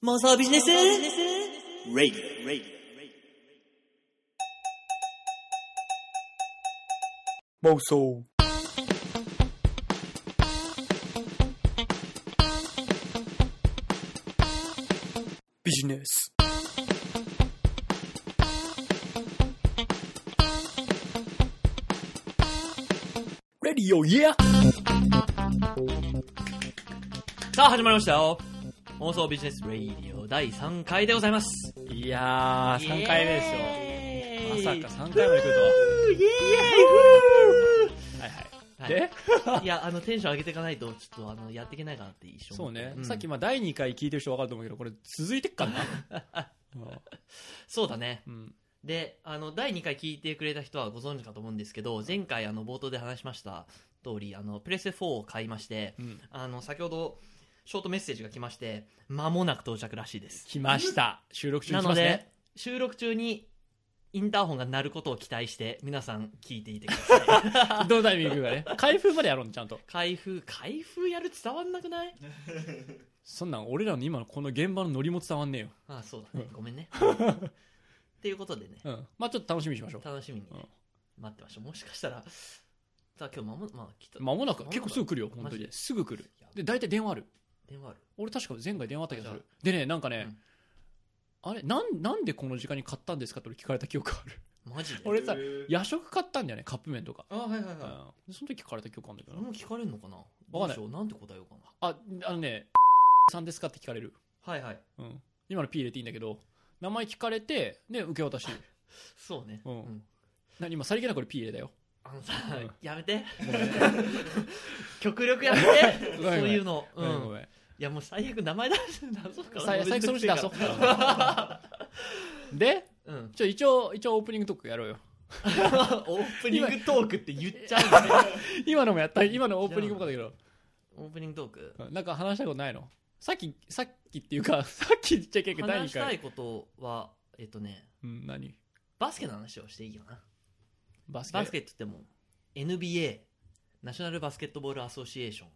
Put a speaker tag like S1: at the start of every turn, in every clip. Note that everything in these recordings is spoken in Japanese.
S1: マザービジネスレイディオ
S2: 妄想ビジネスレディオイヤー
S1: さあ始まりましたよ妄想ビジネスレイディオ第3回でございます
S2: いやー3回目ですよまさ
S1: さ
S2: か3回まで来ると
S1: イ
S2: ははいはい
S1: エーイ
S2: で、
S1: はいいやあのテンション上げていかないとちょっとあのやっていけないかなって一瞬
S2: そうね、
S1: ん
S2: さっきまあ第2回聞いてる人分かると思うけどこれ続いてっかな
S1: そうだね
S2: うん
S1: であの第2回聞いてくれた人はご存知かと思うんですけど前回あの冒頭で話しました通りあのプレステ4を買いまして
S2: うん
S1: あの先ほどショートメッセージが来まして間もなく到着らしいです
S2: 来ました収録中
S1: な
S2: に来
S1: の
S2: ます
S1: で、
S2: ね
S1: 収録中にインターホンが鳴ることを期待して皆さん聞いていてく ださい
S2: どのタイミングがね開封までやろうねちゃんと
S1: 開封開封やる伝わんなくない
S2: そんなん俺らの今のこの現場のノリも伝わんねえよ、
S1: ああそうだねごめ んねっていうことでね
S2: うん、まあちょっと楽しみにしましょう
S1: 楽しみにね、
S2: うん
S1: 待ってましょうもしかしたらさあ今日まもまあ来た
S2: 間もなく
S1: 間もなく
S2: 結構すぐ来るよ本当
S1: マジ
S2: に
S1: です
S2: ぐ来る
S1: いや
S2: で大体電話ある
S1: 電話ある
S2: 俺確か前回電話あった気がす
S1: じ
S2: るでねなんかね、
S1: うん
S2: あれなんなんでこの時間に買ったんですかって俺聞かれた記憶ある
S1: マジで
S2: 俺さ
S3: へー
S2: 夜食買ったんだよねカップ麺とか、
S1: あはいはいはい、
S2: うんでその時聞かれた記憶あるんだけ
S1: 俺
S2: どな
S1: も聞かれるのかな
S2: わかんない
S1: どうしようなんて答えようかな
S2: ああのね さんですかって聞かれる、
S1: はいはい
S2: うん、今の P 入れていいんだけど名前聞かれてで受け渡し
S1: そうね
S2: うんな今さりげなく俺 P 入れだよ
S1: あのさ、
S2: うん
S1: やめて極力やめて
S2: ごめ
S1: そ
S2: んご
S1: う
S2: めん
S1: いうの、
S2: ご
S1: う
S2: めんご
S1: ん、い
S2: めん
S1: やもう最悪名前出す 出そうかな
S2: 最最悪そのうち出そうで
S1: うん、
S2: ちょ一応一応オープニングトークやろうよ
S1: オープニングトークって言っちゃうね
S2: 今のもやった今のオープニングもかだけど
S1: オープニングトーク
S2: うんなんか話したことないのさっきさっきってい うかさっき言っちゃいけないけど第
S1: 話
S2: 2
S1: した
S2: 回
S1: いことはえっとね
S2: うん何
S1: バスケの話をしていいよな
S2: バスケ
S1: バスケって言っても NBA ナショナルバスケットボールアソシエーショ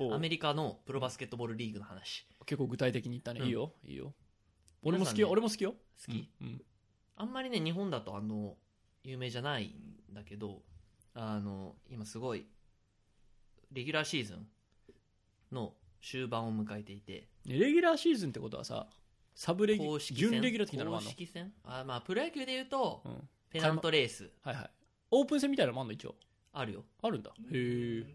S2: お
S1: ン
S2: う
S1: アメリカのプロバスケットボールリーグの話
S2: 結構具体的に言ったね、
S1: うん
S2: いいよいいよ俺も好
S1: 皆さ
S2: き
S1: ん
S2: よ、
S1: ね
S2: 俺も好きよ
S1: 好き、
S2: うんうん
S1: あんまりね日本だとあの有名じゃないんだけどあの今すごいレギュラーシーズンの終盤を迎えていて
S2: ねレギュラーシーズンってことはさサブレギ
S1: 公
S2: ュ
S1: 式戦
S2: 準レギュラー的なのが
S1: 公
S2: あんの、
S1: 式戦あまあプロ野球で言うと
S2: うん、
S1: ペナントレース
S2: はいはいオープン戦みたいなのもあんの一応
S1: あるよ
S2: あるんだへえ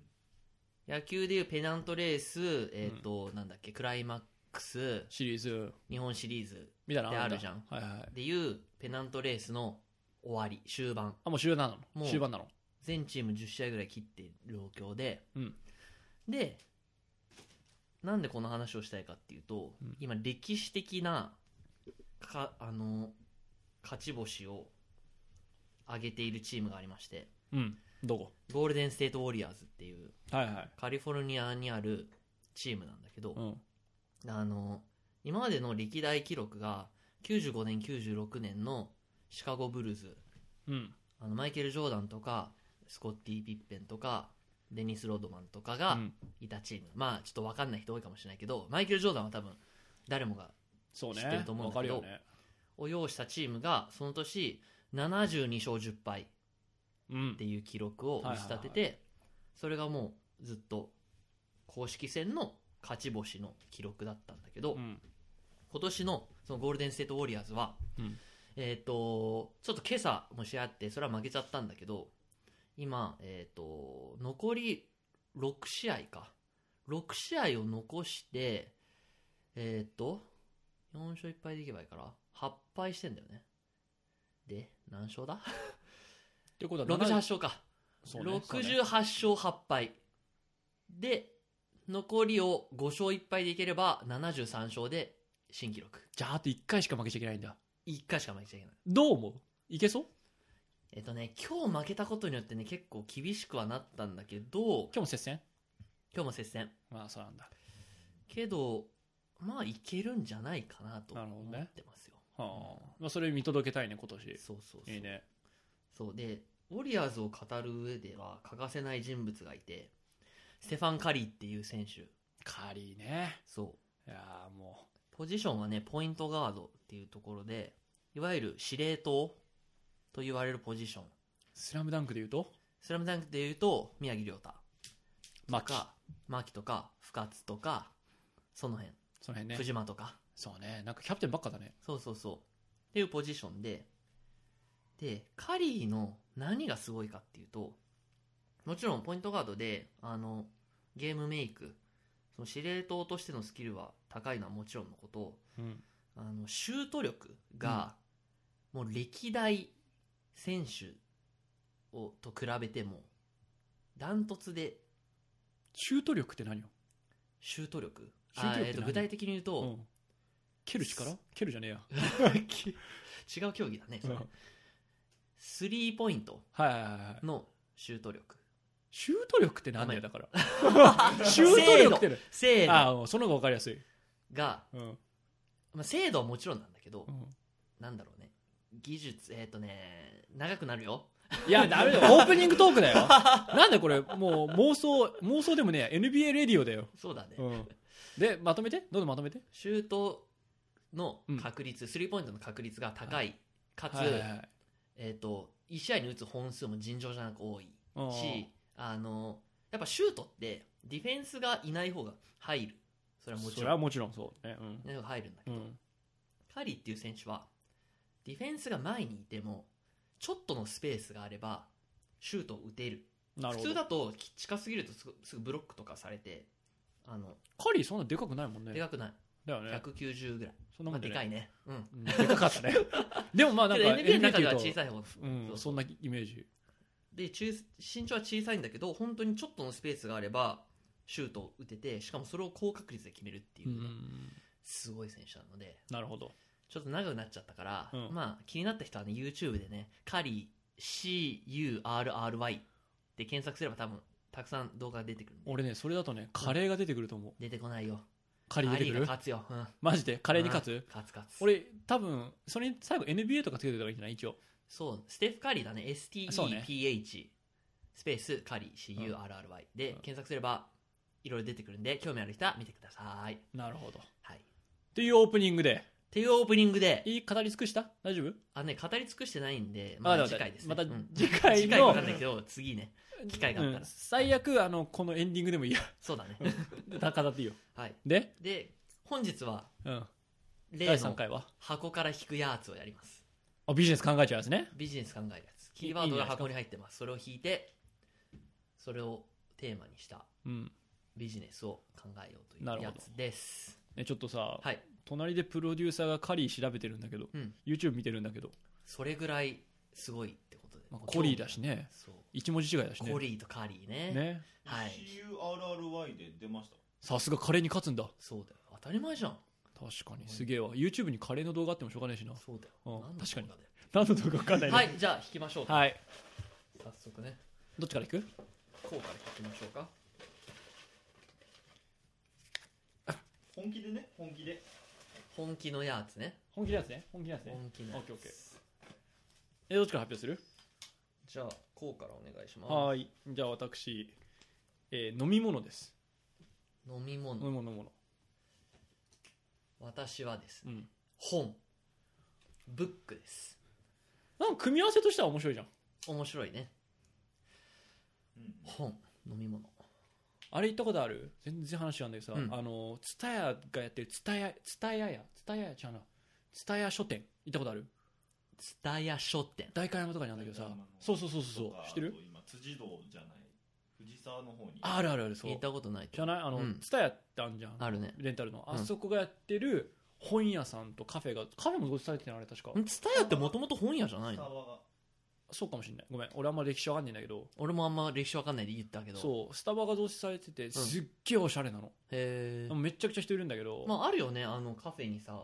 S1: 野球でいうペナントレースえっ、と、なんだっけクライマックス
S2: シリーズ
S1: 日本シリーズ
S2: みたいなのんだ
S1: であるじゃん
S2: はいはい
S1: でいうペナントレースの終わり終盤
S2: あもう終盤な
S1: もう
S2: の終盤なの
S1: 全チーム10試合ぐらい切ってる状況で、
S2: うん
S1: でなんでこの話をしたいかっていうと、
S2: うん
S1: 今歴史的なかあの勝ち星を上げているチームがありまして
S2: うんどこ
S1: ゴールデン・ステート・ウォリアーズっていう
S2: はいはい
S1: カリフォルニアにあるチームなんだけど、
S2: うん
S1: あの今までの歴代記録が95年96年のシカゴ・ブルーズ
S2: うん
S1: あのマイケル・ジョーダンとかスコッティ・ピッペンとかデニス・ロードマンとか
S2: う
S1: が
S2: ん
S1: いたチーム、まあちょっと分かんない人多いかもしれないけどマイケル・ジョーダンは多分誰もが
S2: そうね
S1: 知ってると思うん
S2: わ
S1: だ
S2: か
S1: け
S2: る
S1: ど
S2: よね
S1: を要したチームがその年72勝10敗
S2: うん
S1: っていう記録を打ち立てて、それがもうずっと公式戦の勝ち星の記録だったんだけど、
S2: うん
S1: 今年のそのゴールデン・ステート・ウォリアーズは、
S2: うん
S1: えっ、と、ちょっと今朝も試合あって、それは負けちゃったんだけど、今、えっ、と、残り6試合か。6試合を残して、えっ、と、4勝1敗でいけばいいから、8敗してんだよね。で、何勝だ
S2: ってことは
S1: ?68
S2: 七
S1: 勝か。
S2: そうねそうね
S1: 68勝8敗。で、残りを5勝1敗でいければ、73勝で新記録。
S2: じゃああと1回しか負けちゃいけないんだ
S1: 1回しか負けちゃいけない。
S2: どう思ういけそう
S1: えっとね、今日負けたことによってね、結構厳しくはなったんだけど、
S2: 今日も接戦
S1: 今日も接戦。
S2: まあそうなんだ
S1: けど、まあいけるんじゃないかなと
S2: なるほ
S1: 思
S2: ど
S1: っ
S2: ね
S1: てますよ。
S2: はあ、まあ、それ見届けたいね今年
S1: そうそうそう。
S2: いいね
S1: そうで、ウォリアーズを語る上では欠かせない人物がいて、ステファン・カリーっていう選手。
S2: カリーね
S1: そう。
S2: いやーも
S1: ポポジションはね、ポイントガードっていうところで、いわゆる司令塔と言われるポジション。
S2: スラムダンクで言うと、
S1: スラムダンクで言うと、宮城亮太
S2: マ
S1: とか、牧とか、深津とか、その辺、
S2: その辺ね。
S1: 藤間とか。
S2: そうね。なんかキャプテンばっかだね。
S1: そうそうそう。っていうポジションで、で、カリーの何がすごいかっていうと、もちろんポイントガードで、あの、ゲームメイク、その司令塔としてのスキルは高いのはもちろんのこと、
S2: うん。
S1: あの、シュート力が、もう歴代選手をと比べても、ダントツで
S2: シュート力って何よ、
S1: シュート力。
S2: シュート力
S1: あえ
S2: って
S1: ーと
S2: 何
S1: 具体的に言う
S2: う
S1: と、
S2: ん、蹴る力蹴るじゃねえ や。
S1: 違う競技だね、それ
S2: うん
S1: スリーポイント
S2: はいはいはいはい。
S1: のシュート力。
S2: シュート力って何だよ、
S1: ご
S2: だから。 シュート力って何
S1: 精度
S2: ああ、その方が分かりやすい。
S1: が、
S2: うん。
S1: まあ、精度はもちろんなんだけど、
S2: うん
S1: なんだろうね。技術、えっ、とね、長くなるよ。
S2: いや、ダメだ よ。オープニングトークだよ。なんだこれ、もう妄想、妄想でもねえや NBA レディオだよ。
S1: そうだね。
S2: うん。で、まとめてどんどんまとめて
S1: シュートの確率、スリーポイントの確率が高い。かつ、
S2: はいはいはい
S1: えっ、と、1試合に打つ本数も尋常じゃなく多い
S2: うん
S1: し、あの、やっぱシュートって、ディフェンスがいない方が入る。それはもち
S2: それ
S1: ろ
S2: は
S1: ん。
S2: もちろんそうね。うん
S1: いない方が入るんだけ
S2: う
S1: ど、
S2: ん。
S1: カリーっていう選手は、ディフェンスが前にいても、ちょっとのスペースがあれば、シュートを打てる。
S2: なる
S1: 普
S2: ほ
S1: 通
S2: ど。
S1: だとき近すぎるとすぐすぐブロックとかされてあの
S2: カリーそんなでかくないもん
S1: で
S2: ね。
S1: かくない、
S2: だよね。
S1: 190ぐらい、
S2: そんな
S1: まあ、
S2: もん
S1: で
S2: で
S1: か
S2: ね。
S1: いねうん
S2: うんでかかった ね。でもまあなん
S1: けど
S2: か
S1: NBA の中では
S2: って
S1: 小
S2: いうと
S1: さい方
S2: うん、そんなイメージ。
S1: で中身長は小さいんだけど本当にちょっとのスペースがあればシュートを打ててしかもそれを高確率で決めるっていううね、
S2: ん。
S1: すごい選手なので
S2: なるほど。
S1: ちょっと長くなっちゃったから、
S2: うん
S1: まあ気になった人はね YouTube でねカリー CURRY で検索すれば多分たくさん動画が出てくるんで
S2: 俺ね、それだとね、カレーが出てくると思う。
S1: 出てこないよ
S2: カリー
S1: カ
S2: 出
S1: リ
S2: てく
S1: ーが
S2: る
S1: 勝つよ、うん、
S2: マジでカレーに勝
S1: うん
S2: つ
S1: 勝つ勝つ
S2: 俺、多分、それに最後 NBA とかつけてたらいいんじゃない一応。
S1: そうステフ・カリーだね
S2: そうね
S1: STEPH スペースカリー CURRY で
S2: うん
S1: 検索すればいろいろ出てくるんで興味ある人は見てください、
S2: なるほど。っ
S1: はい、って
S2: いうオープニングで、
S1: ていうオープニングで
S2: いい語り尽くした大丈夫
S1: あのね語り尽くしてないんでま
S2: あで
S1: あ
S2: も
S1: 次回です、ね、
S2: また
S1: うん
S2: 次回の
S1: 次回わかんないけど次ね機会があったら
S2: うん最悪、あの、このエンディングでもいいや。
S1: そうだね
S2: 語っていいよ。
S1: はい
S2: で、
S1: で本日は
S2: うん。
S1: 例
S2: 第3
S1: の
S2: 回は
S1: 箱から引くやつをやります
S2: あビジネス考えちゃうやつね。
S1: ビジネス考えるやつキーワードが箱に入ってますそれを引いてそれをテーマにした
S2: うん。
S1: ビジネスを考えようとい
S2: なる
S1: う
S2: ほ
S1: や
S2: ど
S1: つです
S2: ねちょっとさ、
S1: はい
S2: 隣でプロデューサーがカリー調べてるんだけど、
S1: うん
S2: YouTube 見てるんだけど、
S1: それぐらいすごいってことで、
S2: まあ、コリーだしね。
S1: そう
S2: 一文字違いだしね。
S1: コリーとカリーね
S2: ね。
S1: はい
S3: CURRY で出ました
S2: さすがカレーに勝つんだ。
S1: そうだよ当たり前じゃん
S2: 確かに。すげえわ。YouTube にカレーの動画あってもしょうがないし な。
S1: そうだよ
S2: うん
S1: 何の
S2: 確かに
S1: 動画だよ
S2: 何の動画かわかんないね。
S1: はいじゃあ弾きましょうか
S2: はい。
S1: 早速ね
S2: どっちからいく
S1: こうから弾きましょうか
S3: 本気でね本気で
S1: 本気のやつね
S2: 本気のやつね。本気のやつね。
S1: 本気のや
S2: オッケーオッケー
S1: つ
S2: え、どっちから発表する
S1: じゃあこうからお願いしま
S2: はーい。じゃあ私、えー飲み物です。
S1: す飲み
S2: 飲
S1: 物
S2: み物、飲み物。
S1: 私はですね
S2: うん。
S1: 本ブックです
S2: なんか組み合わせとしては面白いじゃん。
S1: 面白いね
S3: うん
S1: 本飲み物
S2: あれ行ったことある全然話違うんだけどさ、
S1: うん
S2: あの、ツタヤがやってるツタヤ、ツタヤや、ツタヤやちゃうな。ツタヤ書店。行ったことある
S1: 津田屋書店
S2: 代官山とかにあるんだけど
S3: 代
S2: さ
S3: 官山の。
S2: そうそうそうそ
S3: と。
S2: う
S3: か
S2: 知ってる
S3: あと今辻堂じゃない藤沢の方に
S2: あるあるある、そ。
S1: 聞いうたことない
S2: じゃないあの
S1: うん、
S2: ツタヤってあるじゃん。
S1: あるね
S2: レンタルの。
S1: うん
S2: あそこがやってる本屋さんとカフェが、カフェもごちされてたのあれ確か。
S1: んツタヤってもともと本屋じゃない
S3: スタ
S1: の
S3: バが
S2: そうかもしれない。ごめん。俺あんま歴史わかんないんだけど。
S1: 俺もあんま歴史わかんないで言ったけどう
S2: そうスタバが増資されててすっげえおしゃれなの、
S1: へえ
S2: めっちゃくちゃ人いるんだけど、
S1: まああるよねあのカフェにさ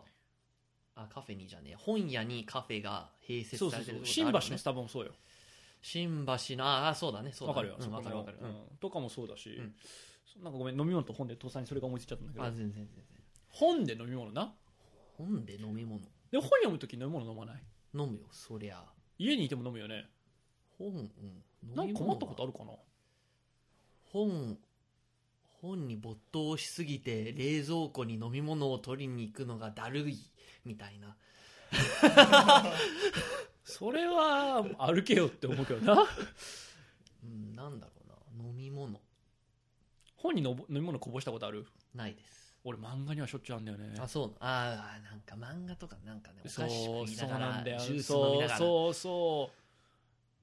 S1: あカフェにじゃねえ本屋にカフェが併設
S2: そう
S1: さ
S2: そ
S1: れ
S2: う
S1: て
S2: そ
S1: る
S2: う
S1: とこってあるよ
S2: 新橋の
S1: ね
S2: スタバもそうよ
S1: 新橋のああそうだねそう
S2: わ
S1: だ
S2: か
S1: ね
S2: るよ、
S1: うんわかるわかる
S2: うんとかもそうだし、
S1: うん
S2: そなんかごめん飲み物と本で父さんにそれが思いついちゃったんだけ
S1: うんあ
S2: ど
S1: 全然全然
S2: 本で飲み物な
S1: 本で飲み物
S2: で本読む時飲み物飲まない
S1: 飲むよそりゃ
S2: 家にいても飲むよね
S1: 本うん飲み
S2: なん
S1: 物
S2: か困ったことあ
S1: る
S2: るかな
S1: 本本に没頭しすぎて冷蔵庫に飲み物を取りに行くのがだるいみたいな
S2: それは歩けよって思うけどな
S1: うんなんだろうな飲み物
S2: 本にのぼ飲み物こぼしたことある
S1: ないです
S2: 俺漫画にはしょっちゅうあんだよね
S1: あそうああなんか漫画とかなんかねお
S2: そう
S1: 菓子食い
S2: そ
S1: な
S2: う
S1: が
S2: なん
S1: ら
S2: だよ
S1: ジュース飲み
S2: そ
S1: な
S2: う
S1: がら
S2: そうそ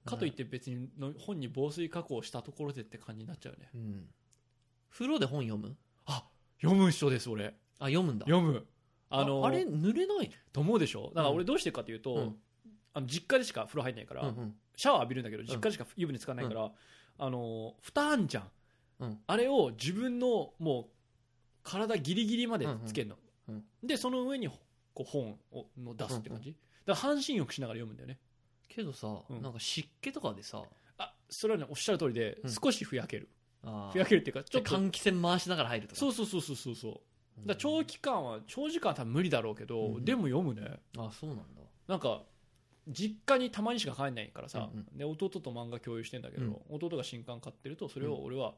S2: うかといって別にの本に防水加工したところでって感じになっちゃうね
S1: うん風呂で本読む
S2: あ読む人です俺
S1: あ読むんだ
S2: 読むあの
S1: あれ濡れない
S2: と思うでしょだから俺どうしてるかというと、
S1: うん
S2: あの実家でしか風呂入んないから、
S1: うんうん
S2: シャワー浴びるんだけど実家でしか湯船使わないから、あの蓋あんじゃん、
S1: うん
S2: あれを自分のもう体ギリギリまでつけるの、
S1: うんうん
S2: でその上にこう本をの出すって感じ、だから半身浴しながら読むんだよね
S1: けどさ、
S2: うん
S1: なんか湿気とかでさ
S2: あそれはねおっしゃる通りで、
S1: うん
S2: 少しふやける
S1: あ
S2: ふやけるっていうかち
S1: ち
S2: ょ
S1: ょ
S2: っ
S1: っと
S2: と
S1: 換気扇回しながら入るとか
S2: そうそうそうそうそうそう
S1: うん
S2: だから長期間は長時間は多分無理だろうけど、
S1: うん
S2: でも読むね、
S1: あそうなんだ
S2: なんか実家にたまにしか帰んないからさ、
S1: うん
S2: で弟と漫画共有してんだけど、弟が新刊買ってるとそれを俺は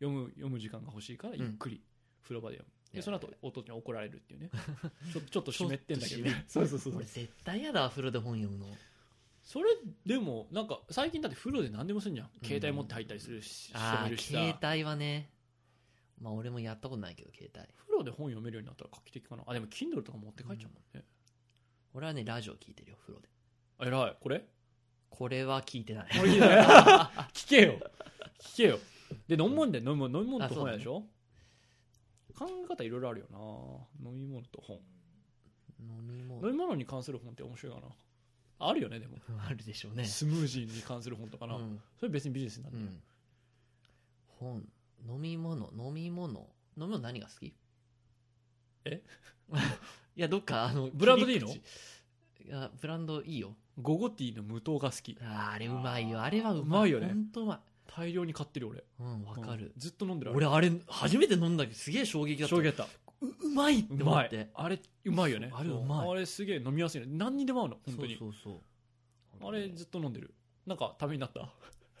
S2: 読む読む時間が欲しいからゆっくり風呂場で読む、でその後弟に怒られるっていう ねちょちょっと湿ってんだけ
S1: ち
S2: ど、
S1: ょ
S2: ね、そうそうそう
S1: 俺絶対やだ風呂で本読むの
S2: それでもなんか最近だって風呂で何でもするじゃん携帯持って入ったりするし、人
S1: あ
S2: もい
S1: ー
S2: るしさ
S1: 携帯はねまあ俺もやったことないけど携帯
S2: 風呂で本読めるようになったら画期的かなあでも Kindle とか持って帰っちゃうもんね、
S1: 俺はねラジオ聞いてるよ風呂で
S2: えら偉いこれ
S1: これは 聞いてない
S2: これ聞いてない聞けよ聞けよで飲むもんで飲むもん飲み物
S1: あ
S2: と
S1: そう
S2: 本
S1: だ
S2: や
S1: ね
S2: でしょ、考え方いろいろあるよな飲み物と本
S1: 飲み物
S2: 飲み物に関する本って面白いかなあるよねでも
S1: あるでしょうね
S2: スムージーに関する本とか
S1: う
S2: な、
S1: ん、
S2: それ別にビジネスになっ
S1: う
S2: て、
S1: ん、本飲み物飲み物飲み物何が好き
S2: え
S1: いやどっかあの
S2: ブランドでいいの
S1: 切り口いやブランドいいよ
S2: ゴゴティーの無糖が好き
S1: あーあれうまいよあれはうまいう
S2: まいよね
S1: ほんとうまい
S2: 大量に買ってる俺
S1: うんわか
S2: うん
S1: る、
S2: ずっと飲んでるあれ
S1: 俺あれ初めて飲んだけどすげえ衝撃だった
S2: 衝撃だった
S1: ううまいっ
S2: う
S1: て思
S2: ま
S1: って
S2: いあれうまいよね
S1: あれうまい
S2: あれすげえ飲みやすいね何にでも合うの本当に
S1: そうそうそう
S2: あれずっと飲んでるなんかためになったい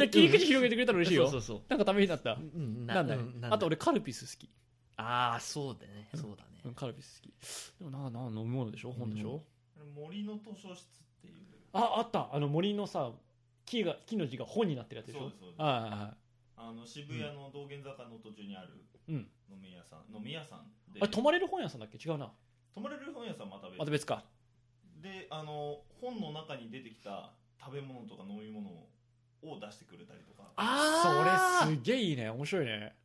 S2: や切り口広げてくれたら嬉しいよ
S1: そうそう
S2: なんかためになった
S1: そううん
S2: なんだ
S1: う
S2: ね
S1: んなんだ
S2: あと俺カルピス好き、
S1: ああそうだねそうだ
S2: うん、
S1: ね
S2: カルピス好きでもなな飲み物でしょ本でし
S1: 飲み
S2: ょ
S3: あれ森の図書室っていう
S2: ああったあの森のさ木が木の字が本になってるやつでし
S3: そ
S2: ょ
S3: うですそうです
S2: はいはいはい
S3: あの渋谷の道玄坂の途中にある
S2: うん
S3: 飲み屋さん飲み屋さんで
S2: あれ泊まれる本屋さんだっけ違うな
S3: 泊まれる本屋さんまた別
S2: また別か
S3: であの本の中に出てきた食べ物とか飲み物を出してくれたりとか
S1: ああ
S2: それすげえいいね面白いね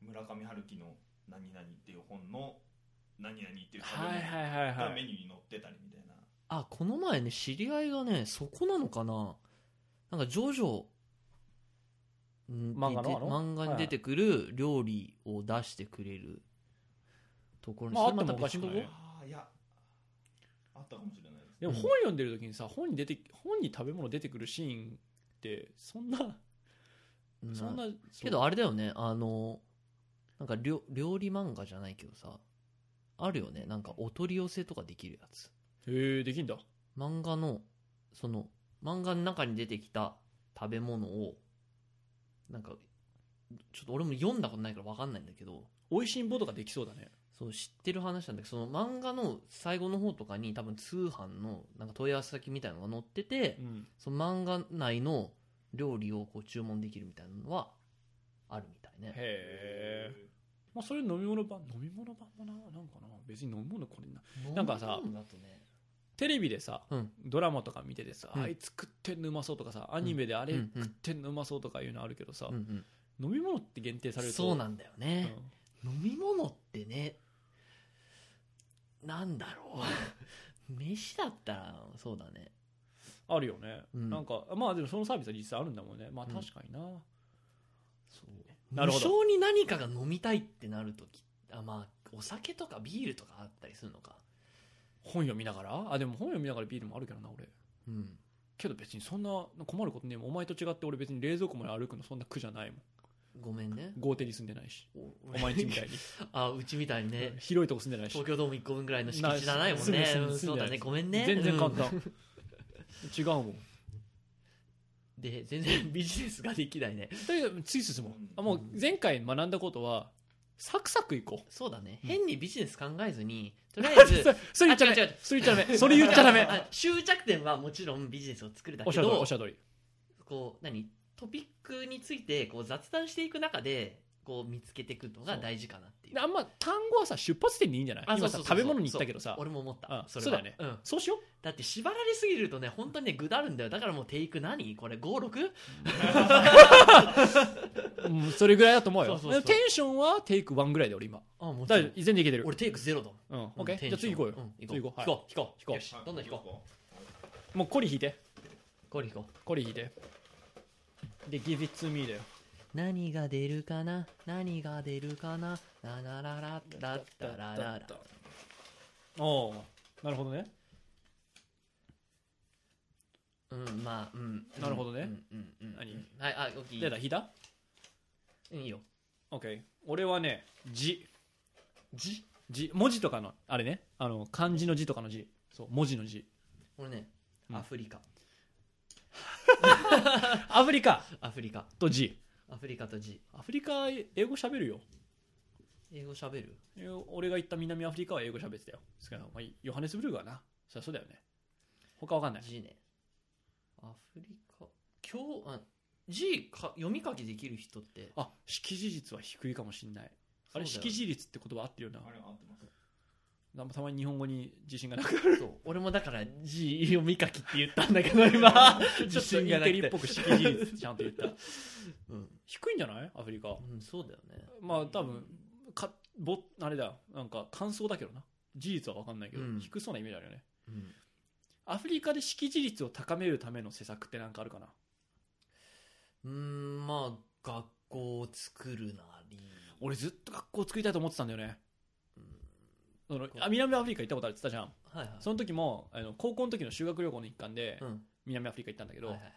S3: 村上春樹の「何々」っていう本の「何々」っていう食べ
S2: は
S3: 物
S2: いはいはい
S3: が
S2: は
S3: メ
S2: い
S3: ニューに載ってたりみたいな、
S1: あこの前ね知り合いがねそこなのかななんかジョジョん
S2: 漫画
S1: に
S2: の
S1: 出
S2: あの
S1: 漫画に出てくる料理を出してくれるところに
S2: まあ
S1: それ
S2: あってもおかしくない
S1: 別のとこ
S3: ああいやあったかもしれないです
S2: でも本読んでる時にさ本に出て本に食べ物出てくるシーンってそんな
S1: うん
S2: そんな
S1: けどあれだよねあのなんか料料理漫画じゃないけどさあるよねなんかお取り寄せとかできるやつ
S2: へえできんだ
S1: 漫画のその漫画の中に出てきた食べ物をなんかちょっと俺も読んだことないから分かんないんだけど
S2: 美味しんぼとかできそうだね
S1: そう知ってる話なんだけどその漫画の最後の方とかに多分通販のなんか問い合わせ先みたいなのが載ってて
S2: うん
S1: その漫画内の料理をこう注文できるみたいなのはあるみたいね
S2: へえまあ、それ飲み物版飲み物版もななんかな別に飲み物これななんかさ
S1: 飲み物だとね
S2: テレビでさ、
S1: うん
S2: ドラマとか見ててさ、
S1: うん
S2: あいつ食ってんのうまそうとかさアニメであれ
S1: うん
S2: 食ってんのうまそうとかいうのあるけどさ、
S1: うんうん
S2: 飲み物って限定されると
S1: そうなんだよ
S2: うん
S1: ね、飲み物ってねなんだろう 飯だったらそうだね
S2: あるよね、
S1: うん
S2: なんかまあでもそのサービスは実際あるんだもんねまあ確かにな、
S1: そう
S2: なるほど
S1: 無性に何かが飲みたいってなるときあまあお酒とかビールとかあったりするのか
S2: 本読みながらあでも本読みながらビールもあるけどな俺
S1: うん
S2: けど別にそんな困ることねえもんお前と違って俺別に冷蔵庫まで歩くのそんな苦じゃないもん
S1: ごめんね
S2: 豪邸に住んでな いし
S1: お
S2: お前んちみたいに
S1: あうちみたいにね
S2: 広いとこ住んでないし
S1: 東京ドーム1個分ぐらいの敷地じゃないもん
S2: な
S1: ね
S2: すぐすぐ
S1: うん
S2: すぐ
S1: そうだねごめんね
S2: 全然簡
S1: うん
S2: 単、違うもん
S1: で全然 ビジネスができないね
S2: とにかく次進もう
S3: うん
S2: あもう前回学んだことはサクサクいこう
S1: そうだね、
S2: うん
S1: 変にビジネス考えず にとりあえ
S2: そ
S1: ず
S2: れそれ言っちゃダ
S1: あ違う違
S2: メ
S1: う
S2: それ言っちゃダメそれ言っちゃダメ
S1: あ終着点はもちろんビジネスを 作るだ
S2: おっ
S1: け
S2: しゃる通りお
S1: ど
S2: っしゃる通り
S1: こう何トピックについてこう雑談していく中でこう見つけていくのが大事かなっていう
S2: であんま単語はさ出発点にいいんじゃない
S1: あ
S2: 今
S1: そ
S2: さ
S1: うそうそう
S2: 食べ物に行ったけどさ
S1: 俺も思った
S2: あ
S1: れは
S2: そうだよね
S1: ん
S2: そうしよ
S1: だって縛られすぎるとね本当にねぐだるんだよだからもうテイク何これ 56?
S2: う、うん、それぐらいだと思うよ
S1: そうそうそう
S2: テンションはテイク1ぐらいで俺今
S1: あもちろ
S2: 大丈夫
S1: ん
S2: 全然いけてる
S1: 俺テイクゼロだもん
S2: うん、オッケ
S1: うん
S2: ーじゃあ次行こうよ、
S1: テンシ
S2: 次
S1: ョン
S2: 行
S1: ん
S2: こう、
S1: 行こう引こう引こう
S2: はい
S1: よしどんどん引こ
S2: もうコリ引いて
S1: うこれ引こう
S2: コリ引いてで Give it to me だよ
S1: 何が出るかな何が出るかなラララララララララ
S2: おおなるほどね
S1: うんまあうん
S2: なるほどね
S1: うんうんうんうん
S2: 何
S1: はいあ大きい
S2: 出た引いた
S1: うんいいよ
S2: OK 俺はね字
S1: 字
S2: 字文字とかのあれねあの漢字の字とかの字そう文字の字
S1: 俺ね
S2: うん
S1: アフリカ
S2: アフリカ
S1: アフリカ
S2: と字
S1: アフリカと字
S2: アフリカ英語喋るよ
S1: 英語喋る
S2: え俺が行った南アフリカは英語喋ってたよですから、まあ、ヨハネスブルーガーなそりゃそうだよね他わかんない
S1: G ねアフリカ今日あ G か読み書きできる人 って
S2: あ識字率は低いかもしんないあれ
S1: そうだよ
S2: 識字率って言葉合ってるよな
S3: あれ合ってます
S2: なんかたまに日本語に自信がなく
S1: そう俺もだから G 読み書きって言ったんだけど今
S2: ちょっとインテリっぽく識字率ちゃんと言った
S1: うん、
S2: 低いんじゃないアフリカ
S1: うん、そうだよね
S2: まあ多分かぼあれだよなんか感想だけどな事実は分かんないけど、
S1: うん
S2: 低そうなイメージあるよね
S1: うん
S2: アフリカで識字率を高めるための施策ってなんかあるかな
S1: うーんまあ学校を作るなり
S2: 俺ずっと学校作りたいと思ってたんだよね
S1: うん
S2: そのあ南アフリカ行ったことあるって言ったじゃん
S1: はいはい
S2: その時もあの高校の時の修学旅行の一環で
S1: うん
S2: 南アフリカ行ったんだけど、
S1: はいはいはい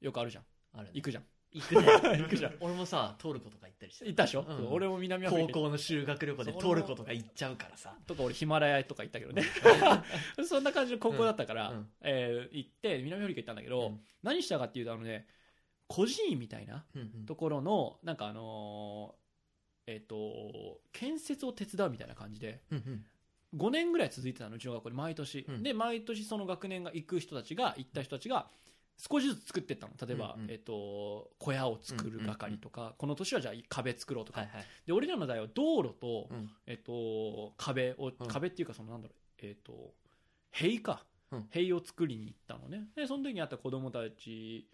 S2: よくあるじゃん
S1: あるね
S2: 行くじゃん
S1: 行くね
S2: 行くじゃん
S1: 俺もさトルコとか行ったりして
S2: 行ったでしょ、
S1: うん
S2: そう俺も南アフリ
S1: 高
S2: カ
S1: 校の修学旅行で
S2: そう
S1: トルコとか行っちゃうからさ
S2: とか俺ヒマラヤとか行ったけどね そんな感じの高校だったから、
S1: うんうん
S2: えー行って南アフリカ行ったんだけ
S1: う
S2: ど、
S1: ん
S2: 何したかっていうとあのね孤児院みたいな
S1: うんうん
S2: ところのなんかあのーえっ、と建設を手伝うみたいな感じで
S1: うんうん
S2: 5年ぐらい続いてたのうちの学校で毎年、
S1: うん
S2: で毎年その学年が行く人たちが行った人たちが少しずつ作ってったの例えば、
S1: うんうん
S2: えっと小屋を作る係とか、この年はじゃあ壁作ろうとか、
S1: はいはい
S2: で俺らの代は道路と、
S1: うん
S2: えっと壁
S1: う
S2: を、
S1: ん
S2: 壁っていうかそのなんだろうえっと塀か、
S1: うん
S2: 塀を作りに行ったのねでその時に会った子供たち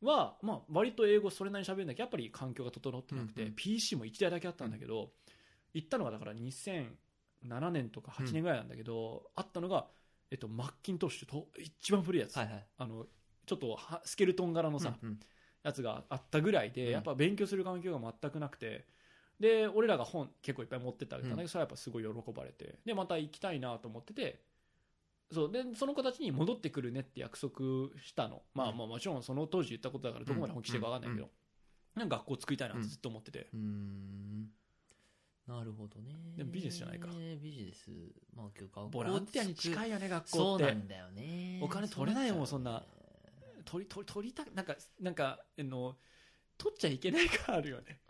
S2: は、まあ、割と英語それなりに喋るんだけどやっぱり環境が整ってなくて、
S1: うんうん
S2: PC も1台だけあったんだけど、行ったのがだから2007年とか8年ぐらいなんだけど、あったのが、えっと、マッキントッシュと一番古いやつ、
S1: はいはい
S2: あのちょっとはスケルトン柄のさ、
S1: うんうん
S2: やつがあったぐらいで、
S1: うん
S2: やっぱ勉強する環境が全くなくてで俺らが本結構いっぱい持ってってあげたんだけど、
S1: うん
S2: それはやっぱすごい喜ばれてでまた行きたいなと思っててそうでその子たちに戻ってくるねって約束したの、まあまあもちろんその当時言ったことだからどこまで本気してるか分かんないけど、なんか学校作りたいなってずっと思ってて、
S1: うーんなるほどね
S2: でもビジネスじゃないか
S1: ビジネスまあ今日学校
S2: ボランティアに近
S1: い
S2: いよね学校
S1: そ
S2: っ
S1: う
S2: て
S1: なんだよね
S2: お金取れないもん
S1: うっちゃうよね
S2: 取り取り取りたくなんかなんかあの取っちゃいけない感あるよね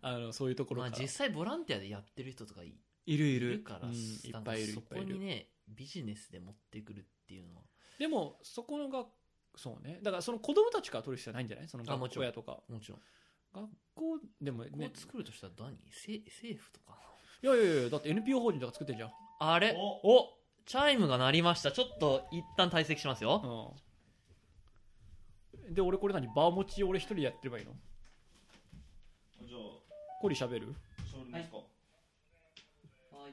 S2: あのそういうとこ
S1: うん
S2: ろ
S1: ま
S2: か
S1: あ
S2: ら、
S1: 実際ボランティアでやってる人とかい
S2: いるい
S1: い
S2: る
S1: るから
S2: うんいっ
S1: なん
S2: ぱ
S1: か
S2: いいるい
S1: そ
S2: っぱ
S1: こ
S2: いいる
S1: にねビジネスで持ってくるっていうのは
S2: でもそこのがそうねだからその子供たちから取る必要はないんじゃないその
S1: あも
S2: 学
S1: ちろ
S2: 校
S1: ん
S2: やとか
S1: もちろん
S2: 学校でも
S1: こ
S2: ね
S1: う作るとしたら何せ政府とか
S2: いやいやいやだって NPO 法人とか作ってんじゃん
S1: あれ
S3: お
S2: お、
S1: チャイムが鳴りましたちょっと一旦退席しますよ
S2: うん、で俺これ何バー持ち俺一人でやってればいいの
S3: じゃあ
S2: コリ喋る
S3: 勝利ですか、
S1: はい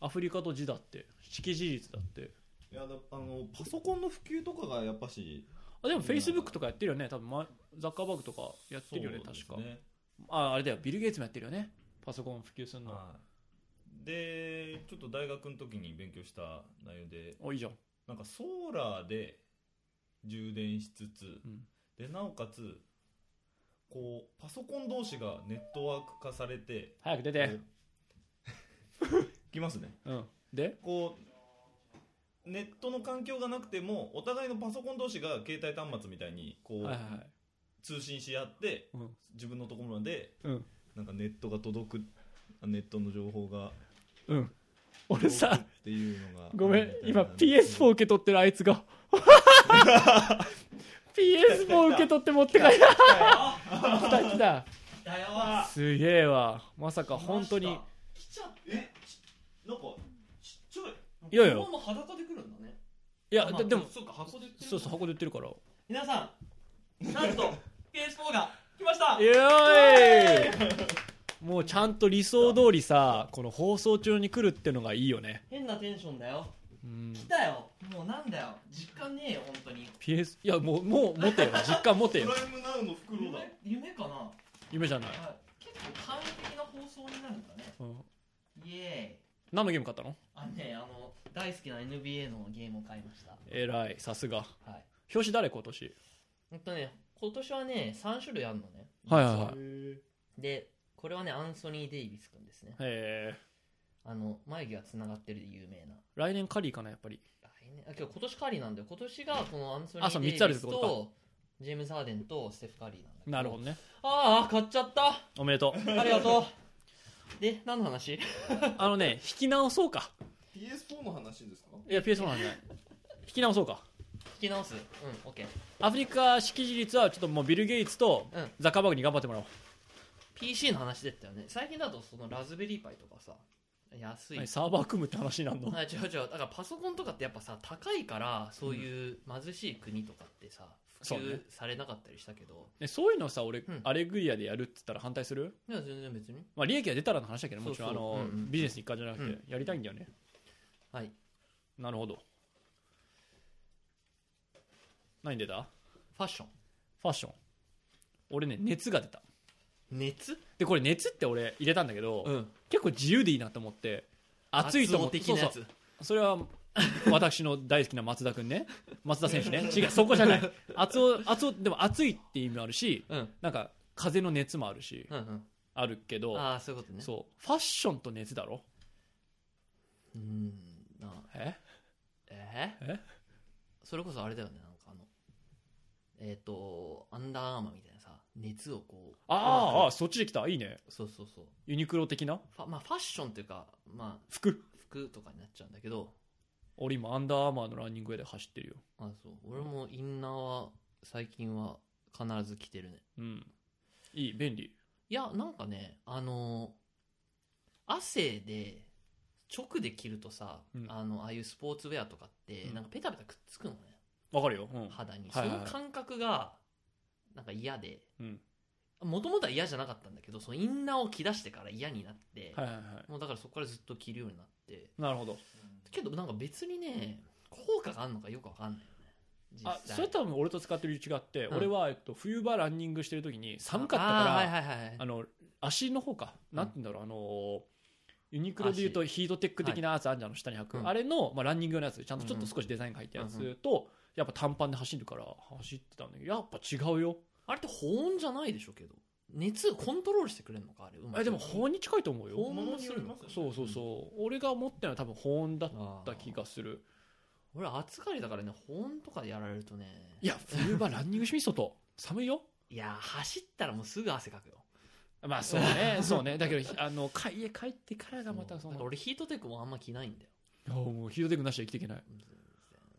S2: アフリカと字だって識字率だって
S3: い、やだあのパソコンの普及とかがやっぱし
S2: あでも Facebook とかやってるよね多分まザッカーバーグとかやってるよね
S3: そうで
S2: 確
S3: す
S2: かああれだよビル・ゲイツもやってるよねパソコン普及するの、
S3: はいでちょっと大学の時に勉強した内容で
S2: おいいじゃん
S3: なんかソーラーで充電しつつ、
S2: ん
S3: でなおかつこうパソコン同士がネットワーク化されて
S2: 早く出
S3: こう
S2: て、
S3: いきますね
S2: うん、で
S3: こうネットの環境がなくてもお互いのパソコン同士が携帯端末みたいにこ
S2: はいはいうはい
S3: 通信し合って
S2: うん
S3: 自分のところまで
S2: うん
S3: なんかネットが届くネットの情報が
S2: うん俺
S3: 届く
S2: さ
S3: っていうのが
S2: ごめん今
S3: みたいな
S2: PS4 受け取ってるあいつが PS4 受け取って持って帰った来た来た
S1: だよ
S2: すげえわまさか本当に
S1: 来ちゃっ
S3: えなんかちっちゃい
S1: た
S2: いやいや
S1: このまま裸で来るんだね
S2: いや
S1: ま
S2: で
S1: あ
S2: でも
S1: そうか箱で売ってる
S2: そうそう箱で売ってるから
S1: 皆さんなん と PS4 が来ました
S2: いやーいもうちゃんと理想通りさこの放送中に来るってのがいいよね
S1: 変なテンションだよ
S2: うん
S1: 来たよもうなんだよ実家ねえよ本当に
S2: PS いやもうもう持てよ実感持て
S3: プライ
S2: よ
S3: ムナウの袋だ
S1: 夢夢かな、は
S2: 夢じゃない
S1: い、結構完璧な放送になるんだね
S2: うん
S1: イエーイ
S2: 何のゲーム買ったの
S1: あのねあの大好きな NBA のゲームを買いました
S2: えらいさすが
S1: はい
S2: 表紙誰今年
S1: ほんとね今年はね3種類あるのね
S2: はいはいはい
S3: へ
S1: でこれはねアンソニー・デイビス君ですね
S2: えー
S1: あの眉毛がつながってるで有名な
S2: 来年カリーかなやっぱり
S1: 来年あ今日今年カリーなんだよ今年がこのアンソニ
S2: あそう
S1: ー・デイ
S2: 三つある
S1: ビ
S2: っ
S1: ス
S2: てこと
S1: とジェームズ・ハーデンとステフ・カリーなんだけど
S2: なるほどね
S1: ああ買っちゃった
S2: おめ でとう
S1: ありがとうで何の話
S2: あのね引き直そうか
S3: ー PS4 の話ですか
S2: いや PS4 なんじゃない引き直そうか
S1: 聞き直すうんオッケー
S2: アフリカ識字率はちょっともうビル・ゲイツと
S1: うん
S2: ザッカーバーグに頑張ってもらおう
S1: PC の話だったよね最近だとそのラズベリーパイとかさ安い、
S2: 何サーバー組むって話になんの
S1: あ違う違うだからパソコンとかってやっぱさ高いからそういう貧しい国とかってさ普
S2: そうね
S1: 及されなかったりしたけど、
S2: ねそういうのさ俺、
S1: うん
S2: アレグリアでやるって言ったら反対する、
S1: いや全然別に
S2: まあ、利益が出たらの話だけどもちろんあ
S1: そうそう
S2: の、
S1: うんうん
S2: ビジネスに一環じゃなくて、
S1: うん
S2: やりたいんだよね
S1: はい
S2: なるほど何出た
S1: ファッション
S2: ファッション俺ね熱が出た
S1: 熱
S2: でこれ熱って俺入れたんだけど、
S1: ん
S2: 結構自由でいいなと思って熱いと思って
S1: 的なや
S2: そう
S1: つ
S2: そうそれは私の大好きな松田君ね松田選 手ね違うそこじゃない熱を熱をでも熱いって意味もあるし
S1: うん
S2: なんか風の熱もあるし
S1: うんうん
S2: あるけど
S1: ああそういうことね
S2: そうファッションと熱だろ
S1: うーんな
S2: え
S1: え
S2: え
S1: それこそあれだよねなんかあのえっ、とアンダーアーマーみたいなさ熱をこう
S2: あ
S1: う
S2: ー
S1: ま
S2: あーそっちで来たいいね
S1: くそうそうそう
S2: ユニクロ的な
S1: ファまあファッションというかまあ
S2: 服
S1: 服とかになっちゃうんだけど
S2: 俺今アンダーアーマーのランニングウェアで走ってるよ
S1: あそう俺もインナーは最近は必ず着てるね
S2: うんいい便利
S1: いやなんかねあのー汗で直で着るとさ、
S2: うん
S1: あのああいうスポーツウェアとかって、
S2: うん
S1: なんかペタペタくっつくのね
S2: わかるようん
S1: 肌に、
S2: はいはい
S1: その感覚がなんか嫌で
S2: うん
S1: もともとは嫌じゃなかったんだけどそのインナーを着出してから嫌になって、
S2: はいはいは
S1: もうだからそこからずっと着るようになって
S2: いなるほど
S1: けどなんか別にね効果があるのかよくわかんないよね実
S2: あ
S1: 際
S2: それ多分俺と使ってる理由違って、
S1: うん
S2: 俺は、えっと、冬場ランニングしてる時に寒かったからあ,、
S1: あーはいはいはい
S2: の足の方か、
S1: うん
S2: なんて言うんだろうあのーユニクロでいうとヒートテック的なやつあんじゃんあの下に履く、
S1: うん
S2: あれの、まあ、ランニング用のやつちゃんとちょっ
S1: う
S2: と
S1: ん
S2: 少しデザインが入ったや
S1: うんう
S2: つと、やっぱ短パンで走るから走ってたんだけどやっぱ違うよ
S1: あれって保温じゃないでしょけど熱コントロールしてくれるのかあれうまく
S2: えでも保温に近いと思うよ
S1: 保温
S3: 物によりますよね
S2: そうそうそう、俺が持ってるのは多分保温だっ
S1: あー
S2: た気がする
S1: 俺暑がりだからね保温とかでやられるとね
S2: いや冬場ランニングしみそと寒 いよ
S1: いや走ったらもうすぐ汗かくよ
S2: まあそうねそうねだけどあのか 家帰ってからがまたそ
S1: だ
S2: の
S1: から俺ヒートテックもあんま着ないんだよ
S2: いやもうヒートテックなしで生きていけない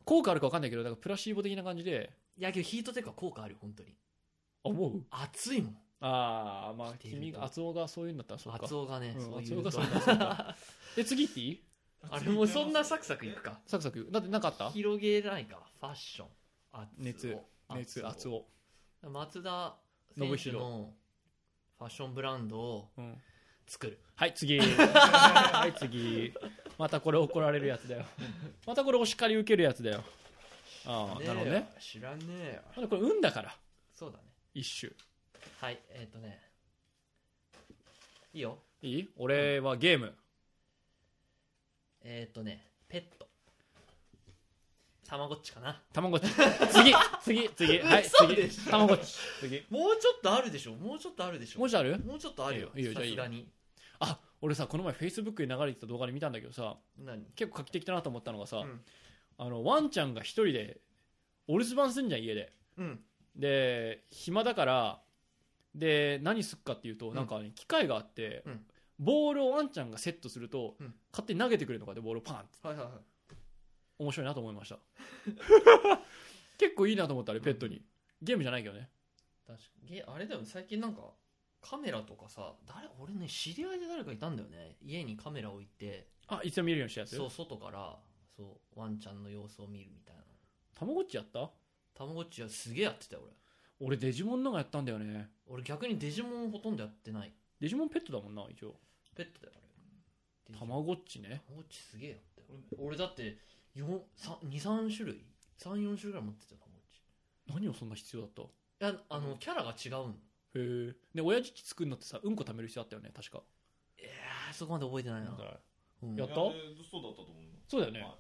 S2: 効果あるか分かんないけどだからプラシーボ的な感じで
S1: いやけどヒートテックは効果あるよ本当に
S2: 思う
S1: 暑いもん
S2: ああまあ
S1: 着ていると
S2: 君が厚尾がそういうんだったらそうか
S1: 厚尾がね、
S2: うん
S1: そうい
S2: 厚尾
S1: う
S2: が
S1: と
S2: そうかそう かで次行っていい
S1: あれもうそんなサクサクいくか
S2: サクサクだってなかった
S1: 広げないかファッション厚尾
S2: 熱熱厚尾
S1: 松田選手のファッションブランドを
S2: うん
S1: 作る
S2: はい 次はい次またこれ怒られるやつ だよまたこれお叱り受けるやつだよああなるほどね
S1: え知らねえよ
S2: まだこれ運だから
S1: そうだね
S2: 一種
S1: はいえっ、とねいいよ
S2: いい俺はゲーム
S1: えっ、とねペットたまごっちかな
S2: た まごっち次次次はい
S1: 嘘でし
S2: 次たまごっち次
S1: もうちょっとあるでしょもうちょっとあるでしょ
S2: もうちょっとある
S1: もうちょっとあるよ
S2: いいよいいよ
S1: さ
S2: じ
S1: す
S2: ゃ
S1: が
S2: あ
S1: に
S2: あ俺さこの前フェイスブックに流れてきた動画で見たんだけどさ
S1: 何
S2: 結構画期的だなと思ったのがさ、
S1: うん
S2: あのワンちゃんが一人でお留守番すんじゃん家で
S1: うん
S2: で暇だからで何すっかっていうと、
S1: うん
S2: なんかね機械があって、
S1: うん
S2: ボールをワンちゃんがセットすると、
S1: うん
S2: 勝手に投げてくれるのかでボールをパンって
S1: はいはいはい
S2: 面白いなと思いました 結構いいなと思ったあれペットにゲームじゃないけどね
S1: 確かにあれだよね最近なんかカメラとかさ誰俺ね知り合いで誰かいたんだよね家にカメラ置いて
S2: あいつでも見れるようにしたやつ
S1: そう外からそうワンちゃんの様子を見るみたいな
S2: たまごっちやった
S1: たまごっちはすげえやってたよ俺
S2: 俺デジモンのがやったんだよね
S1: 俺逆にデジモンほとんどやってない
S2: デジモンペットだもんな一応
S1: ペットだよあれ
S2: たまごっちね
S1: たまごっちすげえやって俺だって23種類34種類ぐらい持ってたよたまごっちい
S2: 何をそんな必要だった
S1: やあのキャラが違うの
S2: へえで親父作るのってさうんこ貯める必要あったよね確か
S1: いやーそこまで覚えてないな
S2: なんか
S1: うん
S2: や
S3: や
S2: っ
S3: ったたそうだったと思う
S2: そうだよね、
S3: はい
S1: うん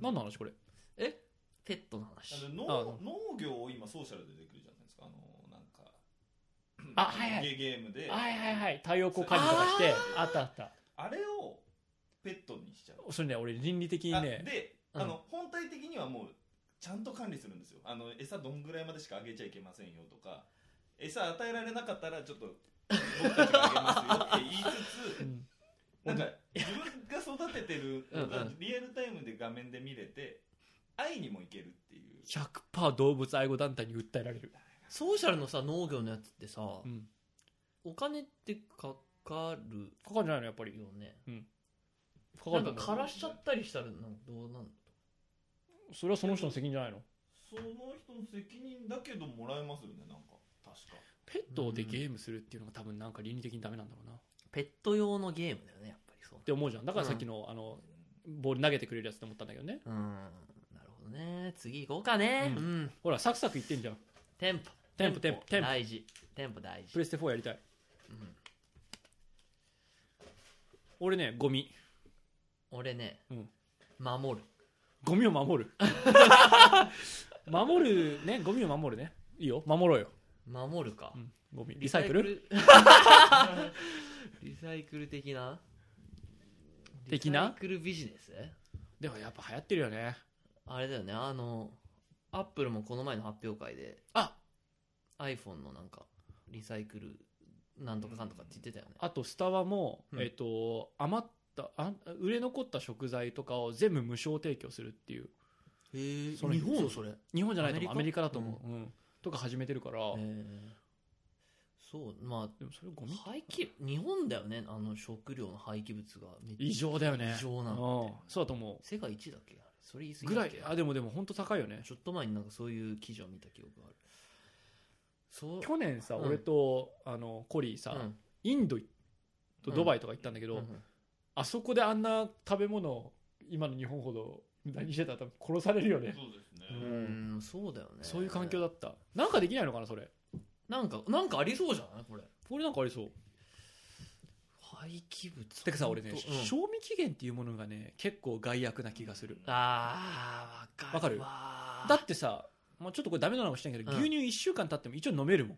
S2: 何の話これ
S1: えペットの
S3: あ
S1: 話
S3: の
S2: あ
S3: 農農業を今ソーシャルでできるじゃないですかあのなんか
S2: あはいはい
S3: ゲゲームで、
S2: はいはいはい太陽光管理とかしてあ
S3: あー
S2: ったあった
S3: あれをペットにしちゃう
S2: それね俺倫理的に
S3: あ
S2: ね
S3: で、
S1: うん
S3: あの本体的にはもうちゃんと管理するんですよあの餌どんぐらいまでしかあげちゃいけませんよとか餌与えられなかったらちょっと僕たちがあげますよって言いつつ
S2: うん
S3: なんか自分が育ててるの
S1: う
S3: が
S1: んうん
S3: リアルタイムで画面で見れて愛にもいけるっていう
S2: 100%動物愛護団体に訴えられる、
S1: ソーシャルのさ農業のやつってさ、
S2: うん、
S1: お金ってかかる
S2: かかるんじゃないのやっぱり
S1: よね
S2: かか
S1: な
S2: る
S1: ん
S2: と
S1: か
S2: 思
S1: 枯
S2: う
S1: らしちゃったりしたらなんかどうなん
S2: それはその人の責任じゃないの
S3: その人の責任だけどもらえますよねなんか確か
S2: ペットでゲームするっていうのが多分なんか倫理的にダメなんだろうなっ
S1: ペット用のゲームだよねやっぱりそう
S2: て思うじゃんだからさっきの,、あのボール投げてくれるやつと思ったんだけどね
S1: うんなるほどね次行こうかねう、
S2: うんほらサクサクいってんじゃん
S1: テンポ
S2: テンポテンポテンポ
S1: 大事テンポ大
S2: プ
S1: 事
S2: レステ4やりたい
S1: うん
S2: 俺ねゴミ
S1: 俺ね、
S2: うん
S1: 守る
S2: ゴミを守 る守るねゴミを守るねいいよ守ろうよ、
S1: 守るか、
S2: うん、ゴミリサイクル
S1: リサイクル 的な
S2: 的な
S1: リサイクルビジネス
S2: でもやっぱ流行ってるよね
S1: あれだよねあのアップルもこの前の発表会で
S2: あ
S1: iPhone のなんかリサイクルなんとかかんとかって言ってたよね
S2: あとスタバも、
S1: うん
S2: えっ、と余ったあ売れ残った食材とかを全部無償提供するっていう
S1: へえ
S2: それ
S1: 日本それへ
S2: 日本じゃないと思う
S1: ア
S2: ア
S1: メ
S2: メ
S1: リ
S2: リ
S1: カ
S2: カだと思う、うんとか始めてるから、
S1: えそうま
S2: でもそれ
S1: あ
S2: ゴミ
S1: 廃棄日本だよねあの食料の廃棄物がめっちゃ
S2: 異常だよね
S1: 異常なんだ
S2: う
S1: っ
S2: ん
S1: て
S2: そうだと思
S1: 世界一だっけあれそれ言いう過ぎ
S2: ぐ
S1: だ
S2: ら
S1: っ
S2: い
S1: け
S2: あでもでも本当高いよね
S1: ちょっと前になんかそういう記事を見た記憶があるそう
S2: 去年さ、
S1: うん
S2: 俺とあのコリーさ、
S1: うん
S2: インドとドバイとか行ったんだけど、
S1: うんうん
S2: あそこであんな食べ物を今の日本ほど何してたら多分殺されるよね、
S3: そうですね、
S2: うん
S1: うんそうだよね
S2: そういう環境だったなんかできないのかなそれ
S1: なんかなんかありそうじゃないこれ
S2: これなんかありそう
S1: 廃棄物
S2: てかさ俺ね、
S1: うん
S2: 賞味期限っていうものがね結構害悪な気がする
S1: あーわかるわ
S2: だってさまあ、ちょっとこれダメなのかもしれないけど、
S1: うん
S2: 牛乳1週間経っても一応飲めるもん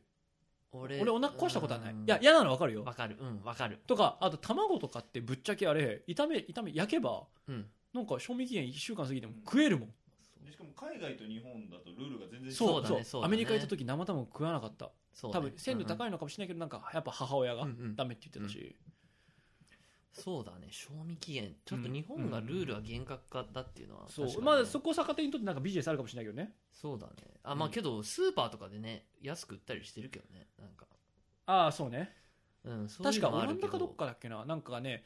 S1: 俺
S2: 俺お腹壊したことはない、
S1: うん
S2: いや嫌なの分かるよ
S1: わかるうんわかる
S2: とかあと卵とかってぶっちゃけあれ炒め炒め焼けば
S1: うん
S2: なんか賞味期限1週間過ぎても食えるもん、
S3: でしかも海外と日本だとルールが全然違う
S1: そうだねそうだね
S2: アメリカ行った時生卵食わなかった、
S1: そう
S2: 多分鮮度高
S1: い
S2: いのかもしれないけどなんかやっぱ母親が
S1: うんうん
S2: ダメって言ってたし、
S1: そうだね賞味期限ちょっと日本がルールが厳格化だっていうのは確かにね、
S2: そうまあそこを逆手にとってなんかビジネスあるかもしれないけどね
S1: そうだねあまあ
S2: うん
S1: けどスーパーとかでね安く売ったりしてるけどねなんか
S2: ああそうね
S1: うんそうい
S2: 確
S1: う
S2: か
S1: の
S2: オ
S1: もあ
S2: ラ
S1: る
S2: ン
S1: け
S2: ダ
S1: ど
S2: かどっかだっけななんかがね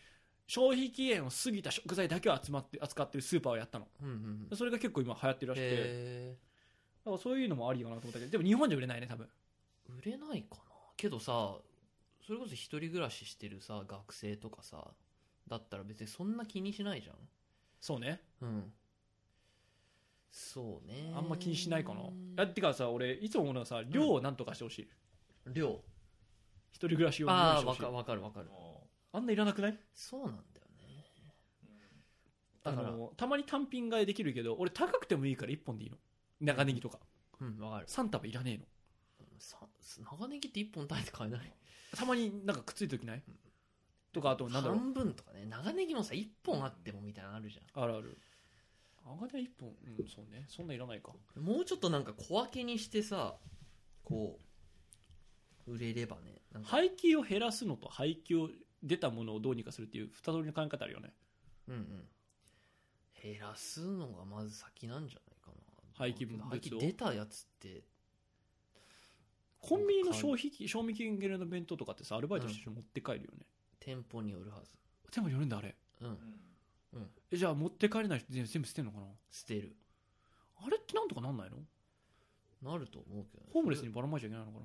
S2: 消費期限を過ぎた食材だけを集まって扱ってるスーパーをやったの
S1: うんうんうん
S2: それが結構今流行ってるらしくて、
S1: へ
S2: だからそういうのもありかなと思ったけどでも日本じゃ売れないね多分
S1: ー売れないかなけどさそれこそ一人暮らししてるさ学生とかさだったら別にそんな気にしないじゃん
S2: そうね
S1: うんそうね
S2: あんま気にしないかなだってかさ俺いつも思うのはさ量をなんとかしてほしい、
S1: 量
S2: 一人暮らし用に量に
S1: ああ
S2: してほ
S1: わ
S2: しい
S1: かわかるわかる
S2: あんないらなくない
S1: そうなんだよね
S2: あ
S1: だから
S2: のたまに単品買いできるけど俺高くてもいいから1本でいいの長ネギとか
S1: うんわかる
S2: 3束いらねえの
S1: さ長ネギって1本単位で買えない
S2: たまになんかくっついておきないとかあとなんだろう
S1: 半分とかね長ネギもさ1本あってもみたいなのあるじゃん
S2: あるあるアガネ1本うんそうねそんないらないか
S1: もうちょっとなんか小分けにしてさこう売れればねなんか、
S2: 廃棄を減らすのと廃棄を出たものをどうにかするっていう二通りの考え方あるよね
S1: うんうん、減らすのがまず先なんじゃないかな
S2: 廃棄物を
S1: 廃棄出たやつって
S2: コンビニの消費期賞味期限切れの弁当とかってさアルバイトしてる人持って帰るよね、
S1: 店舗によるはず
S2: でも寄るんだあれ
S1: うん
S2: えじゃあ持って帰れない人全部全部捨てんのかな
S1: 捨てる
S2: あれってなんとかなんないの
S1: なると思うけどね
S2: ホームレスにばらまいちゃいけないのか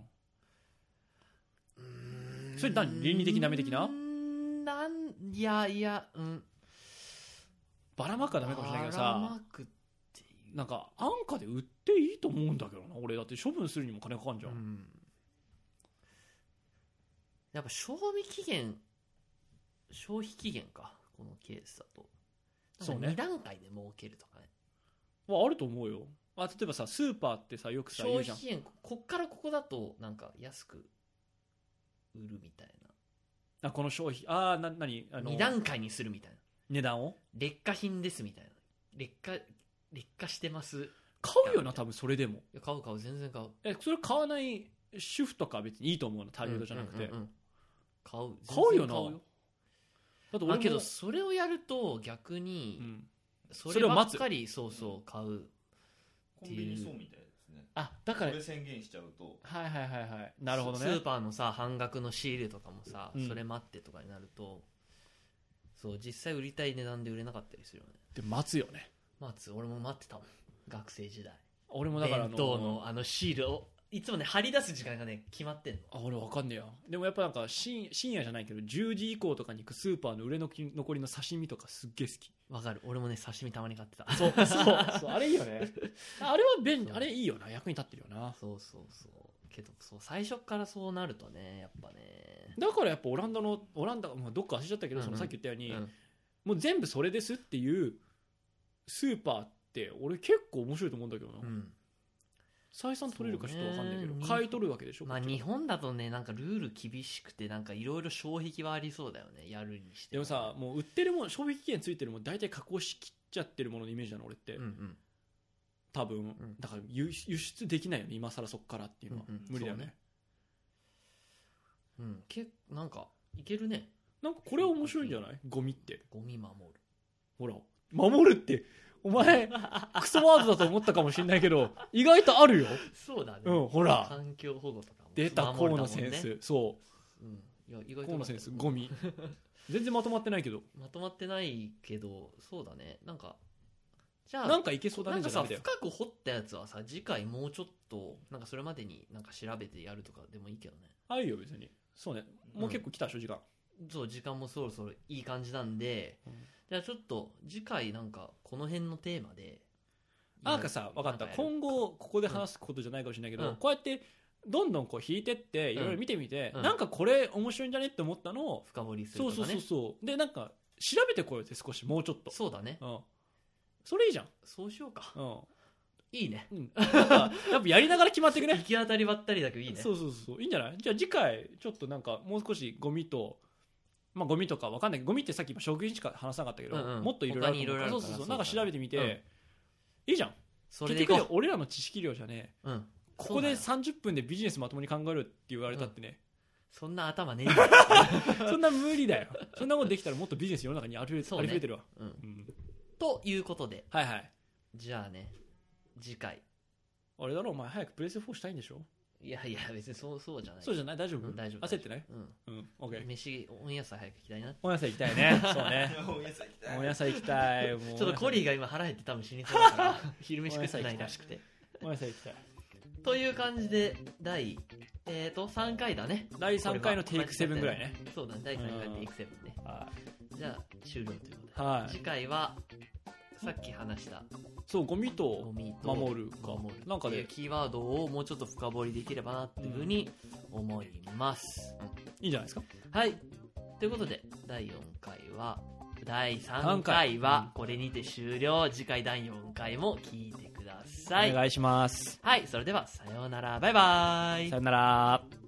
S2: な
S1: うーん
S2: それ何倫理的ダメ的な
S1: うーんなんいやいやうん
S2: ばらまくはダメかもしれないけど
S1: ばら
S2: さ
S1: まくっていう
S2: なんか安価で売っていいと思うんだけどな俺だって処分するにも金かかんじゃん、
S1: うん、やっぱ賞味期限消費期限かこのケースだと
S2: そうね
S1: 2段階で設けるとかね
S2: まあ、あると思うよあ例えばさスーパーってさよくさ言
S1: 消
S2: う
S1: 費
S2: じゃん
S1: 期限ここっからここだとなんか安く売るみたい
S2: あこの商品ああな何あ
S1: な
S2: の
S1: 2段階にするみたいな
S2: 値段を
S1: 劣化品ですみたいな劣化劣化してますい
S2: 買うよな多分それでも
S1: や買う買う全然買う
S2: えそれ買わない主婦とか別にいいと思うのターゲットじゃなくて、
S1: うんうんうん買う
S2: 買うよな
S1: 全然買
S2: だっ
S1: だ
S2: て俺
S1: け
S2: も
S1: どそれをやると逆に、
S2: うん、
S1: そ
S2: そ
S1: れ
S2: れを
S1: ば
S2: 待
S1: っ
S2: つ
S1: かりそうそう買う
S3: コンビニそうみたいですね
S2: あだ
S3: こ
S2: から
S3: れ宣言しちゃうと
S2: はいはいはいはいなるほど
S1: スス
S2: ね
S1: ーパーのさ半額の仕入れとかもさ、
S2: うん
S1: それ待ってとかになるとそう実際売りたい値段で売れなかったりするよね
S2: で待つよね
S1: 待つ俺も待ってたもん学生時代
S2: 俺もだからあ
S1: 弁
S2: の
S1: 当のあのシールをいつもね貼り出す時間がね決まってんの
S2: あ俺わかんねえやでもやっぱなんか深深夜じゃないけど10時以降とかに行くスーパーの売れ残りの刺身とかすっげえ好き
S1: わかる俺もね刺身たまに買ってた
S2: そうそうそうあれいいよね あれは便利
S1: そう
S2: あれいいよな役に立ってるよな
S1: そうそうそうけどそう最初からそうなるとねやっぱね
S2: だからやっぱオランダのオランダ、まあ、どっか忘れちゃったけど、
S1: うんうん
S2: そのさっき言ったように、
S1: うん
S2: もう全部それですっていうスーパーって俺結構面白いと思うんだけどな、
S1: うん
S2: 採算取れるかちょっとわかんないけど、
S1: そうね
S2: 買い取るわけでしょ
S1: まあ
S2: こっちは
S1: 日本だとねなんかルール厳しくてなんかいろいろ障壁はありそうだよねやるにして
S2: でもさもう売ってるもん賞味期限ついてるもん大体加工しきっちゃってるもののイメージなの俺って、
S1: うんうん
S2: 多分、
S1: ん
S2: だから輸輸出できないよね今更そっからっていうのは、
S1: うんうん
S2: 無理だよね
S1: そううんけなんかいけるね
S2: なんかこれは面白いんじゃないゴミって
S1: ゴミ守る
S2: ほら守るって お前クソワードだと思ったかもしれないけど意外とあるよ
S1: そうだね、
S2: うんほら
S1: 環境保護とかも
S2: 出た河
S1: 守る
S2: 野
S1: だもん
S2: セ
S1: ね
S2: ンス、そ
S1: うん、いや意
S2: う
S1: 外と
S2: 河野センスゴミ全然まとまってないけど
S1: まとまってないけどそうだねなんかじゃあ
S2: なんかいけそうだ
S1: な
S2: ね
S1: ん
S2: じ
S1: か
S2: ゃダ
S1: さ
S2: メだよ
S1: 深く掘ったやつはさ次回もうちょっとなんかそれまでになんか調べてやるとかでもいいけどね
S2: あいよ別にそうねもう結構来たでしょ時間、
S1: そう時間もそろそろいい感じなんで、
S2: うん
S1: じゃあちょっと次回なんかこの辺のテーマで
S2: なんかさ分かった
S1: なんやる
S2: 今後ここで話すことじゃないかもしれないけど、
S1: うん
S2: こうやってどんどんこう引いてっていろいろ見てみて、
S1: うん
S2: なんかこれ面白いんじゃねって思ったのを、
S1: 深掘りする
S2: そう
S1: と
S2: そう
S1: かね
S2: そうそうでなんか調べてこようって少しもうちょっと、
S1: そうだね
S2: うん、それいいじゃん、
S1: そうしようか
S2: うん
S1: いいね
S2: うん、なんかやっぱやりながら決まっていく
S1: 行
S2: ね
S1: き当たりばったりだけどいいね
S2: そうそうそういいんじゃないじゃあ次回ちょっとなんかもう少しゴミとまあゴミとかわかんないけどゴミってさっき今食品しか話さなかったけど、
S1: うんうん
S2: もっといろいろあると思う
S1: 他
S2: から
S1: に色々あるから
S2: そうそうそうなんか
S1: そうだね
S2: 調べてみて、いいじゃん
S1: それ
S2: 結
S1: でい
S2: 局ね
S1: こ
S2: 俺らの知識量じゃね
S1: う、うん、
S2: ここで
S1: そ
S2: 30分でビジネスまともに考えるって言われたってね、
S1: そんな 頭ねえんだよ
S2: そんな無理だよそんなことできたらもっとビジネス世の中にあふれ,、
S1: そうね
S2: あふれてるわ、
S1: うん
S2: うん
S1: ということで、
S2: はいはい
S1: じゃあね、次回。
S2: あれだろお前早くプレステ4したいんでしょ、
S1: いやいや、別にそうそうじゃない。
S2: そうじゃない大丈夫、
S1: うん大丈夫
S2: 焦ってない
S1: うん。
S2: うんオッケー
S1: 飯、温野菜早く行きたいな。
S2: お野菜行きたいねそうね
S3: お野菜行きたい
S2: お野菜行きたいもう
S1: ちょっとコリーが今腹減って多分死にそうだ から、昼飯食ってないらしくて。
S2: お野菜行きたい
S1: という感じで、第、えーと、3回だね。
S2: 第3回のテイク7ぐらいね。
S1: そうだね、第3回のテイクセブンね。
S2: は
S1: じゃあ、終了ということで。
S2: い、はい
S1: 次回は、さっき話した
S2: そうゴミ
S1: ゴ
S2: と
S1: ミと
S2: 守るか
S1: 守る
S2: なんか
S1: ってい
S2: ね
S1: うキーワードをもうちょっと深掘りできればなっていうふうに思います。
S2: いいんじゃないですか
S1: はい。ということで、第4回は、第3
S2: 三
S1: 回
S2: 回
S1: はこれにて終了。次回第4回も聞いてください。
S2: お願いします
S1: はい、それではさようなら。バイバイ
S2: さ。よなら